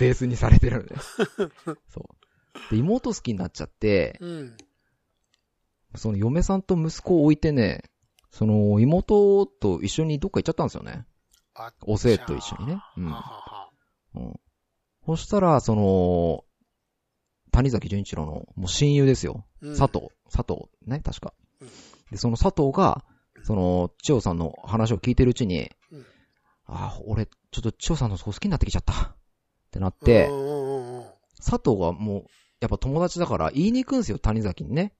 Speaker 2: ベースにされてるので。そう。で、妹好きになっちゃって、
Speaker 1: う。うん。
Speaker 2: その嫁さんと息子を置いてね、その妹と一緒にどっか行っちゃったんですよね。
Speaker 1: あ
Speaker 2: おせいと一緒にね。う
Speaker 1: は
Speaker 2: ん
Speaker 1: は。は。
Speaker 2: うん。そしたら、その、谷崎潤一郎のもう親友ですよ。
Speaker 1: うん
Speaker 2: 佐。藤。佐藤ね、確か
Speaker 1: うん。
Speaker 2: で、その佐藤が、その、千代さんの話を聞いてるうちに
Speaker 1: うん、
Speaker 2: ああ、俺、ちょっと千代さんのこと好きになってきちゃった。ってなっ
Speaker 1: う
Speaker 2: て、
Speaker 1: んうんうんうん。
Speaker 2: 佐藤がもう、やっぱ友達だから言いに行くんですよ、谷崎にね。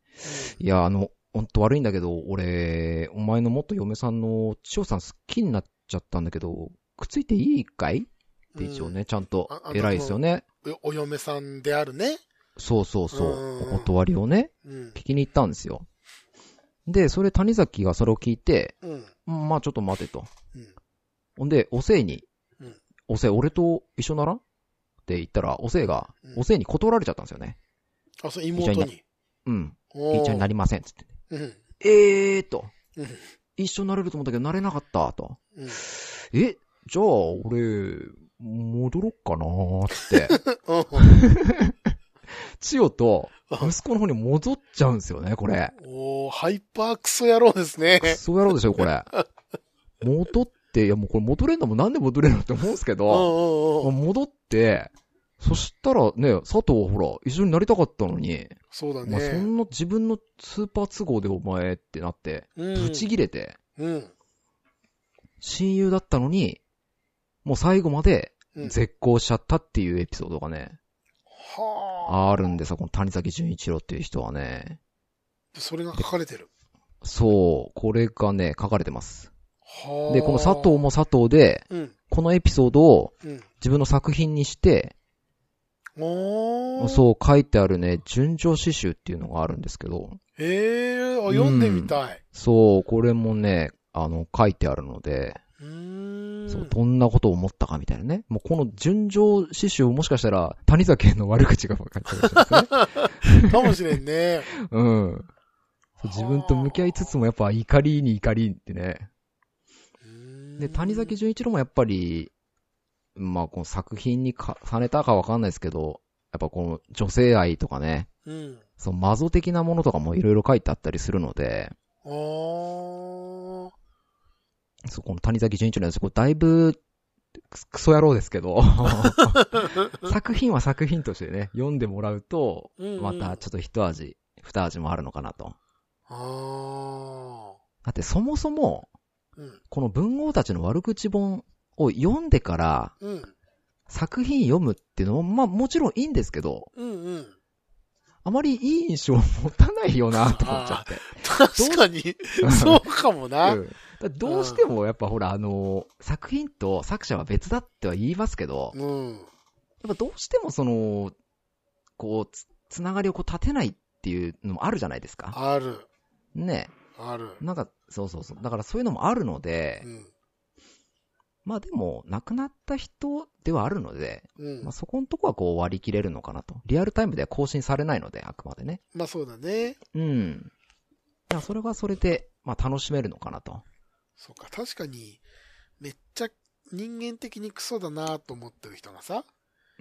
Speaker 2: いや、あの、ほんと悪いんだけど、俺、お前の元嫁さんの千代さん好きになっちゃったんだけど、くっついていいかいって一応ね、ちゃんと
Speaker 1: ああ、
Speaker 2: 偉いですよね。
Speaker 1: うん。おお嫁さんであるね。
Speaker 2: そうそうそうう。
Speaker 1: ん
Speaker 2: お断りをね、
Speaker 1: うん。
Speaker 2: 聞きに行ったんですよ。で、それ谷崎がそれを聞いて、
Speaker 1: うん。
Speaker 2: うんまあちょっと待てと。
Speaker 1: うん
Speaker 2: ほんで、おせいに、
Speaker 1: うん
Speaker 2: おせい、俺と一緒ならって言ったら、おせいが、
Speaker 1: うん
Speaker 2: おせいに断られちゃったんですよね。
Speaker 1: あ、そう、妹に。
Speaker 2: うん。
Speaker 1: おー
Speaker 2: 一緒になりません。つって。
Speaker 1: うん。
Speaker 2: ええーと
Speaker 1: うん。
Speaker 2: 一緒になれると思ったけど、なれなかった、と。
Speaker 1: うん。
Speaker 2: え、じゃあ、俺、戻ろっかなー
Speaker 1: う
Speaker 2: って。
Speaker 1: ん
Speaker 2: 千代と、息子の方に戻っちゃうんですよね、これ。
Speaker 1: おーハイパークソ野郎です ね。
Speaker 2: そうやろうでしょ、これ。戻って、いやもうこれ戻れんのもなんで戻れるのって思うんですけ
Speaker 1: うんう
Speaker 2: ど、
Speaker 1: んうん。
Speaker 2: 戻って、そしたらね、佐藤はほら、一緒になりたかったのに、
Speaker 1: そうだ
Speaker 2: お前そ
Speaker 1: ね。
Speaker 2: んな自分のスーパー都合でお前ってなって、
Speaker 1: うん
Speaker 2: ブチ切れて、
Speaker 1: うん。
Speaker 2: 親友だったのに、もう最後まで
Speaker 1: うん
Speaker 2: 絶好しちゃったっていうエピソードがね、
Speaker 1: はあ。
Speaker 2: あるんですよ、この谷崎潤一郎っていう人はね。
Speaker 1: それが書かれてる。
Speaker 2: そう、これがね、書かれてます。
Speaker 1: はあ。
Speaker 2: で、この佐藤。も佐藤で、
Speaker 1: うん。
Speaker 2: このエピソードを
Speaker 1: うん。
Speaker 2: 自分の作品にして、
Speaker 1: おー。う。
Speaker 2: そう書いてあるね、純情詩集っていうのがあるんですけど、
Speaker 1: ええー、あ、読んでみたい。
Speaker 2: そう、これもね、あの、書いてあるので、
Speaker 1: うーん。
Speaker 2: そう、どんなことを思ったかみたいなね。もうこの純情詩集もしかしたら、谷崎への悪口が分かっちゃうかもしれないですね。
Speaker 1: かもしれんね。
Speaker 2: うん。 そう自分と向き合いつつもやっぱ怒りに怒りってね。で、谷崎潤一郎もやっぱり、まあこの作品にかされたかわかんないですけど、やっぱこの女性愛とかね、
Speaker 1: うん。
Speaker 2: そのマゾ的なものとかもいろいろ書いてあったりするので、
Speaker 1: あー。
Speaker 2: そう、この谷崎潤一郎のやつ、これだいぶ、クソ野郎です けど、作品は作品としてね、読んでもらうと、
Speaker 1: うんうん
Speaker 2: またちょっと一味、二味もあるのかなと。
Speaker 1: あ
Speaker 2: だってそもそも、
Speaker 1: ー。うん。
Speaker 2: この文豪たちの悪口本を読んでから
Speaker 1: うん。
Speaker 2: 作品読むっていうのも、まあもちろんいいんですけど、
Speaker 1: うんうん。
Speaker 2: あまりいい印象を持たないよなと思っちゃって。
Speaker 1: 確かに、 そうかもな。
Speaker 2: うんだからどうしてもやっぱほら、あの作品と作者は別だっては言いますけど、
Speaker 1: うん。
Speaker 2: やっぱどうしてもその、こう、つ、つながりをこう立てないっていうのもあるじゃないですか。
Speaker 1: ある。
Speaker 2: ね
Speaker 1: ある。
Speaker 2: なんか、そうそうそう。だからそういうのもあるので
Speaker 1: う、ん。
Speaker 2: まあでも、亡くなった人ではあるので、
Speaker 1: うん
Speaker 2: まあ。そこのとこはこう割り切れるのかなと。リアルタイムでは更新されないので、あくまでね。
Speaker 1: まあそうだね。
Speaker 2: うん。いや、それはそれで、まあ楽しめるのかなと。
Speaker 1: そうか、確かに、めっちゃ人間的にクソだなと思ってる人がさ、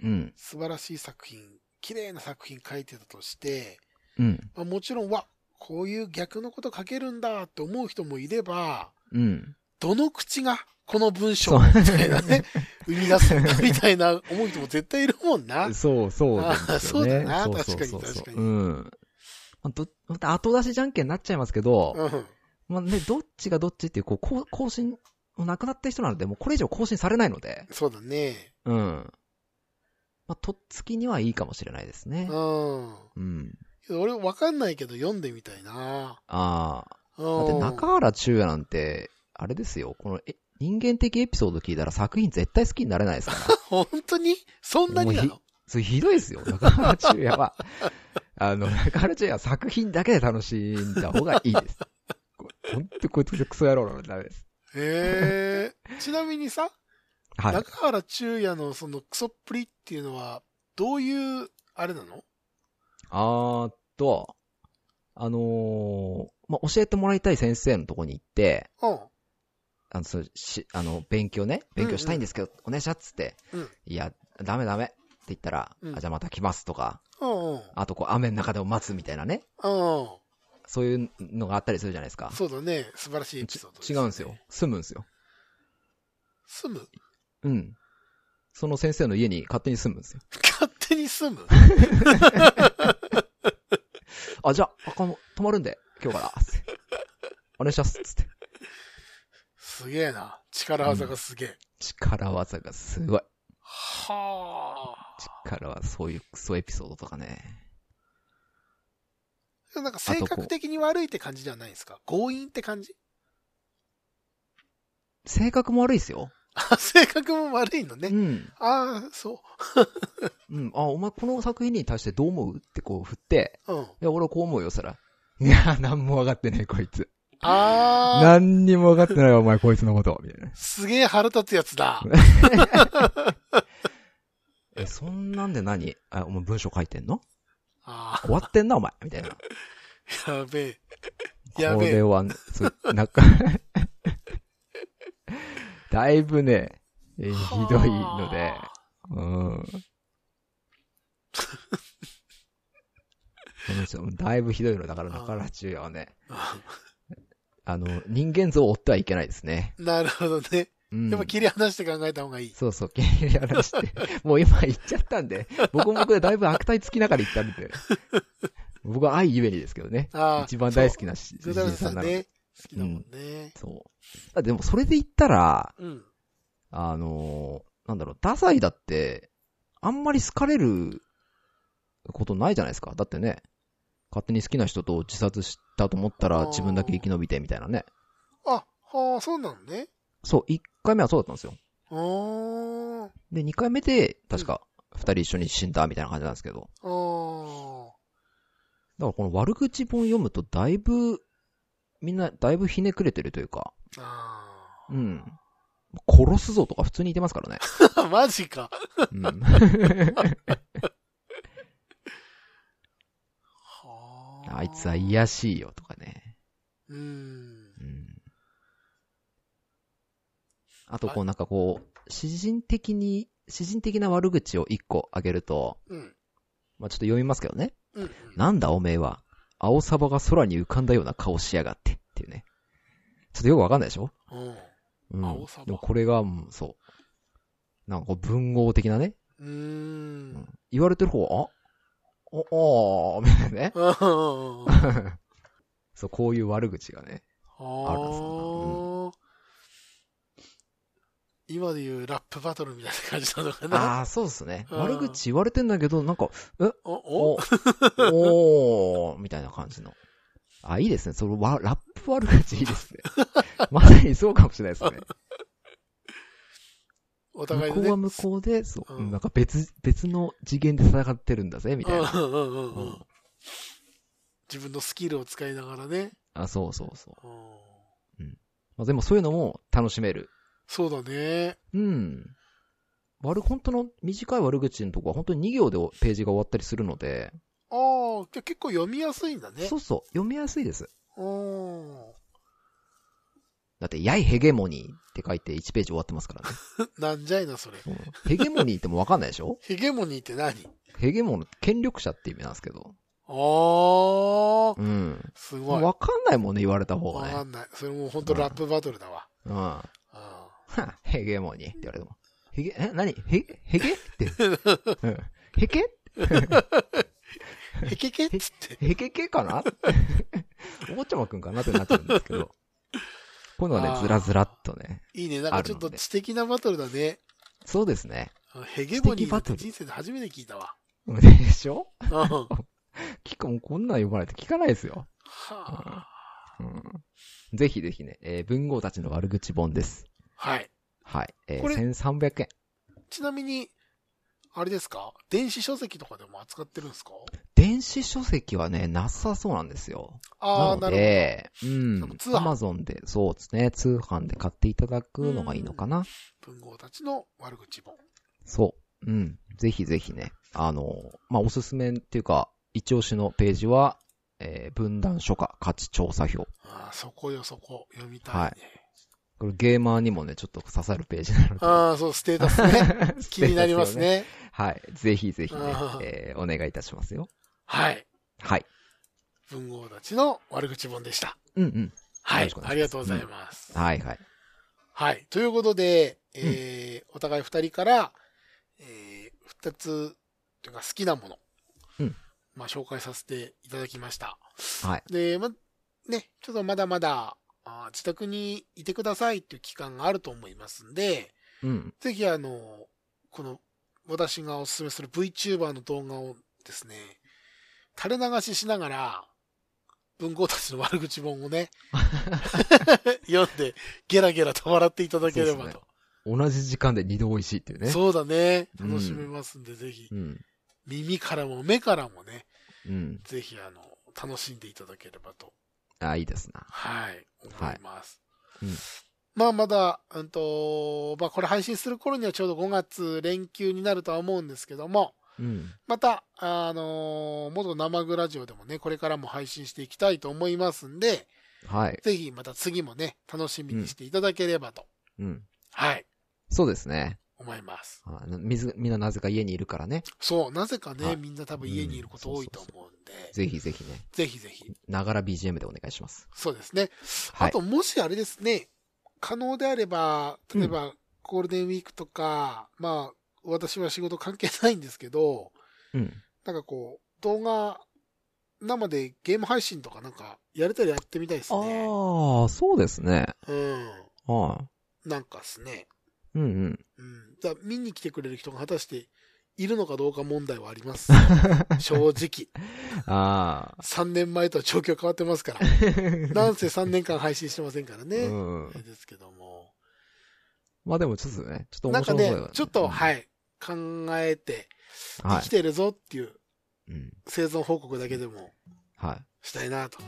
Speaker 2: うん。
Speaker 1: 素晴らしい作品、綺麗な作品書いてたとして、
Speaker 2: うん。
Speaker 1: まあ、もちろん、わ、こういう逆のこと書けるんだって思う人もいれば、
Speaker 2: うん。
Speaker 1: どの口がこの文章をみたいな ね、生み出すんだみたいな思う人も絶対いるもんな。
Speaker 2: そう、そうなんですよね。
Speaker 1: あそうだな
Speaker 2: そうそうそう
Speaker 1: 確かに確かに
Speaker 2: うん。まあど、また後出しじゃんけんになっちゃいますけど、
Speaker 1: うん。
Speaker 2: まあね、どっちがどっちっていう、こうこう、更新、亡くなった人なので、もうこれ以上更新されないので、
Speaker 1: そうだね。
Speaker 2: うん。まあ、とっつきにはいいかもしれないですね。
Speaker 1: うん。
Speaker 2: うん。
Speaker 1: けど俺わかんないけど読んでみたいな。
Speaker 2: ああ。
Speaker 1: う
Speaker 2: だって
Speaker 1: ん。
Speaker 2: 中原中也なんて、あれですよ、この、え、人間的エピソード聞いたら作品絶対好きになれないですから。
Speaker 1: 本当にそんなになの
Speaker 2: それひどいですよ、中原中也 は。あの、中原中也は作品だけで楽しんだ方がいいです。こほんとこいつクソ野郎なのでダメです。
Speaker 1: へ え。ちなみにさ、
Speaker 2: はい。
Speaker 1: 中原中也のそのクソっぷりっていうのは、どういう、あれなの
Speaker 2: あーっと、あのーまあ、教えてもらいたい先生のとこに行って、
Speaker 1: うん。
Speaker 2: あの、そし、あの、勉強ね、勉強したいんですけど、お願いしますっつって、
Speaker 1: うん
Speaker 2: いや、ダメダメって言ったら、
Speaker 1: うん
Speaker 2: あ、じゃあまた来ますとか、
Speaker 1: うんうん。
Speaker 2: あとこう雨の中でも待つみたいなね、
Speaker 1: うん。
Speaker 2: そういうのがあったりするじゃないですか。
Speaker 1: そうだね。素晴らしいエピ
Speaker 2: ち
Speaker 1: ソード、
Speaker 2: 違うんですよ。。住むんですよ。
Speaker 1: 住む
Speaker 2: うん。その先生の家に勝手に住むんですよ。
Speaker 1: 勝手に住む
Speaker 2: あ、じゃあ、あこの泊まるんで、今日から、つってお願いしますっつって。
Speaker 1: すげえな。力技がすげえ。
Speaker 2: 力技がすごい。
Speaker 1: はあ。
Speaker 2: からはそういうクソエピソードとかね。
Speaker 1: でもなんか性
Speaker 2: あとこ
Speaker 1: 格
Speaker 2: う
Speaker 1: 的に悪いって感じではないですか強引って感じ
Speaker 2: 性格も悪いですよ。
Speaker 1: あ、性格も悪いの
Speaker 2: う
Speaker 1: ね。
Speaker 2: ん。
Speaker 1: ああ、そ
Speaker 2: うん。あ、お前この作品に対してどう思うってこう振って、
Speaker 1: う。うん。
Speaker 2: いや、俺はこう思うよ、そら。いや、なんも分かってねえ、こいつ。
Speaker 1: ああ、
Speaker 2: 何にも分かってないわ、お前、こいつのこと。みたいな。
Speaker 1: すげえ腹立つやつ だ。
Speaker 2: え、そんなんで何あ、お前文章書いてんの
Speaker 1: あ
Speaker 2: 終わってんな、お前。みたいな。
Speaker 1: あ、やべえ。や
Speaker 2: こ
Speaker 1: べえ
Speaker 2: れ。は、そうなん か、だいぶね、えひどいので、
Speaker 1: はあ
Speaker 2: うん。だいぶひどいのだから、中原中也はね、あの、人間像を追ってはいけないですね。
Speaker 1: なるほどね。
Speaker 2: うん
Speaker 1: やっぱ切り離して考えた方がいい。
Speaker 2: そうそう、切り 離して。もう今言っちゃったんで、僕も僕でだいぶ悪態つきながら言ったんで。僕は愛ゆえにですけどね。
Speaker 1: ああ
Speaker 2: 一番大好きなし、
Speaker 1: そうグダル
Speaker 2: 詩人
Speaker 1: さん
Speaker 2: なので。
Speaker 1: ね。好きだもんね。
Speaker 2: そう。あでもそれで言ったら、
Speaker 1: うん。
Speaker 2: あのーなんだろう、太宰だって、あんまり好かれることないじゃないですか。だってね、勝手に好きな人と自殺したと思った
Speaker 1: あ
Speaker 2: ら
Speaker 1: ー
Speaker 2: 自分だけ生き延びてみたいなね。
Speaker 1: あ、はあ、そうなのね。
Speaker 2: そう、1回目はそうだったんですよ。
Speaker 1: あー
Speaker 2: で、2回目で、確か、2人一緒に死んだみたいな感じなんですけど。
Speaker 1: あー。
Speaker 2: だからこの悪口本読むとだいぶ、みんなだいぶひねくれてるというか、
Speaker 1: あ
Speaker 2: うん。殺すぞとか普通に言ってますからね。
Speaker 1: ー。 マジか。
Speaker 2: うん。
Speaker 1: は
Speaker 2: あいつは。癒やしいよとかね。
Speaker 1: うん。
Speaker 2: うんあと、こう、なんかこう、詩人的に、詩人的な悪口を一個あげると、
Speaker 1: うん。
Speaker 2: まあちょっと読みますけどね。
Speaker 1: うん。
Speaker 2: なんだおめえは、青サバが空に浮かんだような顔しやがって、っていうね。ちょっとよくわかんないでしょ
Speaker 1: うん。
Speaker 2: うん。
Speaker 1: 青サバ
Speaker 2: でもこれが、うんそう。なんかこう文豪的なね、
Speaker 1: うーん。
Speaker 2: 言われてる方は、あお、あーみたいなね。
Speaker 1: あー
Speaker 2: そう、こういう悪口がね。あるな
Speaker 1: あ。今で言うラップバトルみたいな感じなのかな。
Speaker 2: ああ、そうですね。
Speaker 1: うん
Speaker 2: 悪口言われてんだけど、なんか、
Speaker 1: おお
Speaker 2: お、おー、みたいな感じの。あ、いいですね。その、わラップ悪口いいですね。 まさにそうかもしれないですね。
Speaker 1: お互
Speaker 2: 向
Speaker 1: い
Speaker 2: こ
Speaker 1: の
Speaker 2: うは
Speaker 1: ね。
Speaker 2: 向こうで、そう、
Speaker 1: うん
Speaker 2: なんか別、別の次元で戦ってるんだぜ、みたいな。
Speaker 1: うんうんうんう
Speaker 2: うんん
Speaker 1: 自分のスキルを使いながらね。
Speaker 2: あ、そうそうそう。
Speaker 1: うん
Speaker 2: まあ、でもそういうのも楽しめる。
Speaker 1: そうだね。
Speaker 2: うん。悪、本当の短い悪口のとこは本当に2行でページが終わったりするので、
Speaker 1: ああ、じゃあ結構読みやすいんだね
Speaker 2: そ。うそう、読みやすいです。
Speaker 1: うん。
Speaker 2: だって、やいヘゲモニーって書いて1ページ終わってま すからね。
Speaker 1: なんじゃいな、それ。
Speaker 2: うんヘゲモニーってもうわかんないでしょ
Speaker 1: ヘゲモニーって何
Speaker 2: ヘゲモン、権力者って意味なんですけど。
Speaker 1: ああ、
Speaker 2: うん。
Speaker 1: す
Speaker 2: も
Speaker 1: ご
Speaker 2: う
Speaker 1: い。
Speaker 2: わかんないもんね、言われた方
Speaker 1: わ
Speaker 2: が
Speaker 1: か
Speaker 2: ね。
Speaker 1: んない。それもう本当ラップバトルだわ。
Speaker 2: うん。は
Speaker 1: あ
Speaker 2: っヘゲモニーって言われても。ヘゲ、え、何ヘ、ヘゲって。うんヘケ
Speaker 1: ーヘケケっつって。
Speaker 2: ヘケケかなお坊ちゃまくんかなってなっちゃうんですけど。今度は
Speaker 1: あ
Speaker 2: ね、
Speaker 1: ー
Speaker 2: ずらずらっとね。
Speaker 1: いいね。なんかちょっと知的なバトルだね。
Speaker 2: そうですね。
Speaker 1: あヘゲモニーなんて
Speaker 2: 知的バトル
Speaker 1: 人生で初めて聞いたわ。
Speaker 2: うんでしょ
Speaker 1: うん。は
Speaker 2: 聞く、もうこんなん呼ばないと聞かないですよ。
Speaker 1: あ
Speaker 2: うん。ぜひぜひね、えー文豪たちの悪口本です。
Speaker 1: はい。
Speaker 2: はい。えー
Speaker 1: これ
Speaker 2: 1300円。
Speaker 1: ちなみに、あれですか電子書籍とかでも扱ってるんですか
Speaker 2: 電子書籍はね、なさそうなんですよ。
Speaker 1: あ
Speaker 2: な
Speaker 1: あ、な
Speaker 2: の
Speaker 1: る
Speaker 2: で、うん
Speaker 1: 多分。通販
Speaker 2: アマゾンで、そうですね、通販で買っていただくのがいいのかな。
Speaker 1: ほど。文豪たちの悪口本。
Speaker 2: そう。うん。ぜひぜひね。あの、まあ、おすすめっていうか、一押しのページは、えー、分断書か価値調査表。
Speaker 1: ああ、そこよ、そこ。読みたいね。
Speaker 2: これゲーマーにもね、ちょっと刺さるページなので。
Speaker 1: ああ、そう、ステータス ね。気になります。ね。
Speaker 2: はい。ぜひぜひね
Speaker 1: あー、
Speaker 2: えーお願いいたしますよ。
Speaker 1: はい。
Speaker 2: はい。
Speaker 1: 文豪たちの悪口本でした。
Speaker 2: うんうん。
Speaker 1: は
Speaker 2: よろ
Speaker 1: い
Speaker 2: しくお。願いします
Speaker 1: ありがとうございます。
Speaker 2: はいはい。
Speaker 1: はい。ということで、えーお互い二人から、えー二つ、というか好きなもの、
Speaker 2: うん
Speaker 1: まあ紹介させていただきました。
Speaker 2: はい。
Speaker 1: で、ま、ね、ちょっとまだまだ、あー自宅にいてくださいっていう期間があると思いますんで、
Speaker 2: うん。
Speaker 1: ぜひあの、この、私がおすすめする VTuber の動画をですね、垂れ流ししながら、文豪たちの悪口本を ね、読んで、ゲラゲラと笑っていただければ
Speaker 2: そうです
Speaker 1: と。
Speaker 2: 同じ時間で二度美味しいっていうね。
Speaker 1: そうだね。
Speaker 2: うん
Speaker 1: 楽しめますんで、ぜひ、
Speaker 2: うん。
Speaker 1: 耳からも目からもね、
Speaker 2: うん。
Speaker 1: ぜひ、あの、楽しんでいただければと、
Speaker 2: あー、いいですな。
Speaker 1: はい、思います。
Speaker 2: うん
Speaker 1: まあ、まだ、うんと、まあ、これ配信する頃にはちょうど5月連休になるとは思うんですけども、
Speaker 2: うん。
Speaker 1: また、あのー元生グラジオでもね、これからも配信していきたいと思いますんで、
Speaker 2: はい。
Speaker 1: ぜひまた次もね、楽しみにしていただければと、
Speaker 2: うん。
Speaker 1: はい、
Speaker 2: そうですね。
Speaker 1: 思います。
Speaker 2: あーなみずみんななぜか家にいるからね。
Speaker 1: そう、なぜかね、
Speaker 2: はい
Speaker 1: みんな多分家にいること多いと思うんで、
Speaker 2: ぜひぜひね。
Speaker 1: ぜひぜひ、
Speaker 2: ながら BGM でお願いします。
Speaker 1: そうですね。
Speaker 2: はい
Speaker 1: あと、もしあれですね、可能であれば、例えば、ゴールデンウィークとか、まあ、私は仕事関係ないんですけど、
Speaker 2: うん。
Speaker 1: なんかこう、動画、生でゲーム配信とかなんか、やれたらやってみたいですね。
Speaker 2: ああ、そうですね。
Speaker 1: うん。
Speaker 2: は
Speaker 1: なんかですね。
Speaker 2: い。うんうん。
Speaker 1: うん。だ見に来てくれる人が果たして、いるのかどうか問題はあり ます。正直。
Speaker 2: ああ。
Speaker 1: 3年前とは状況変わってますから。 なんせ3年間配信してませんからね。
Speaker 2: うん
Speaker 1: あれ。ですけども。
Speaker 2: まあでもちょっとね、ちょっと
Speaker 1: な
Speaker 2: 面
Speaker 1: んか
Speaker 2: 白そうだ
Speaker 1: ね
Speaker 2: よね。、。
Speaker 1: ちょっと、はいい、考えて、
Speaker 2: は
Speaker 1: 生きてるぞっていう
Speaker 2: い。うん。
Speaker 1: 生存報告だけでも
Speaker 2: はい。
Speaker 1: したいなと、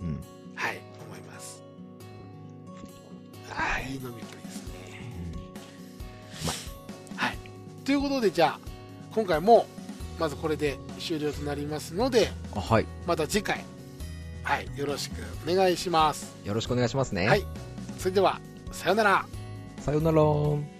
Speaker 2: うん。
Speaker 1: はい、思います。ああ、いい飲みっぷりですね。はい。ということで、じゃあ、今回も、まずこれで終了となりますので、
Speaker 2: あ、はい。
Speaker 1: また次回、はい、よろしくお願いします。
Speaker 2: よろしくお願いしますね。
Speaker 1: はい。それでは、さようなら。
Speaker 2: さよなら。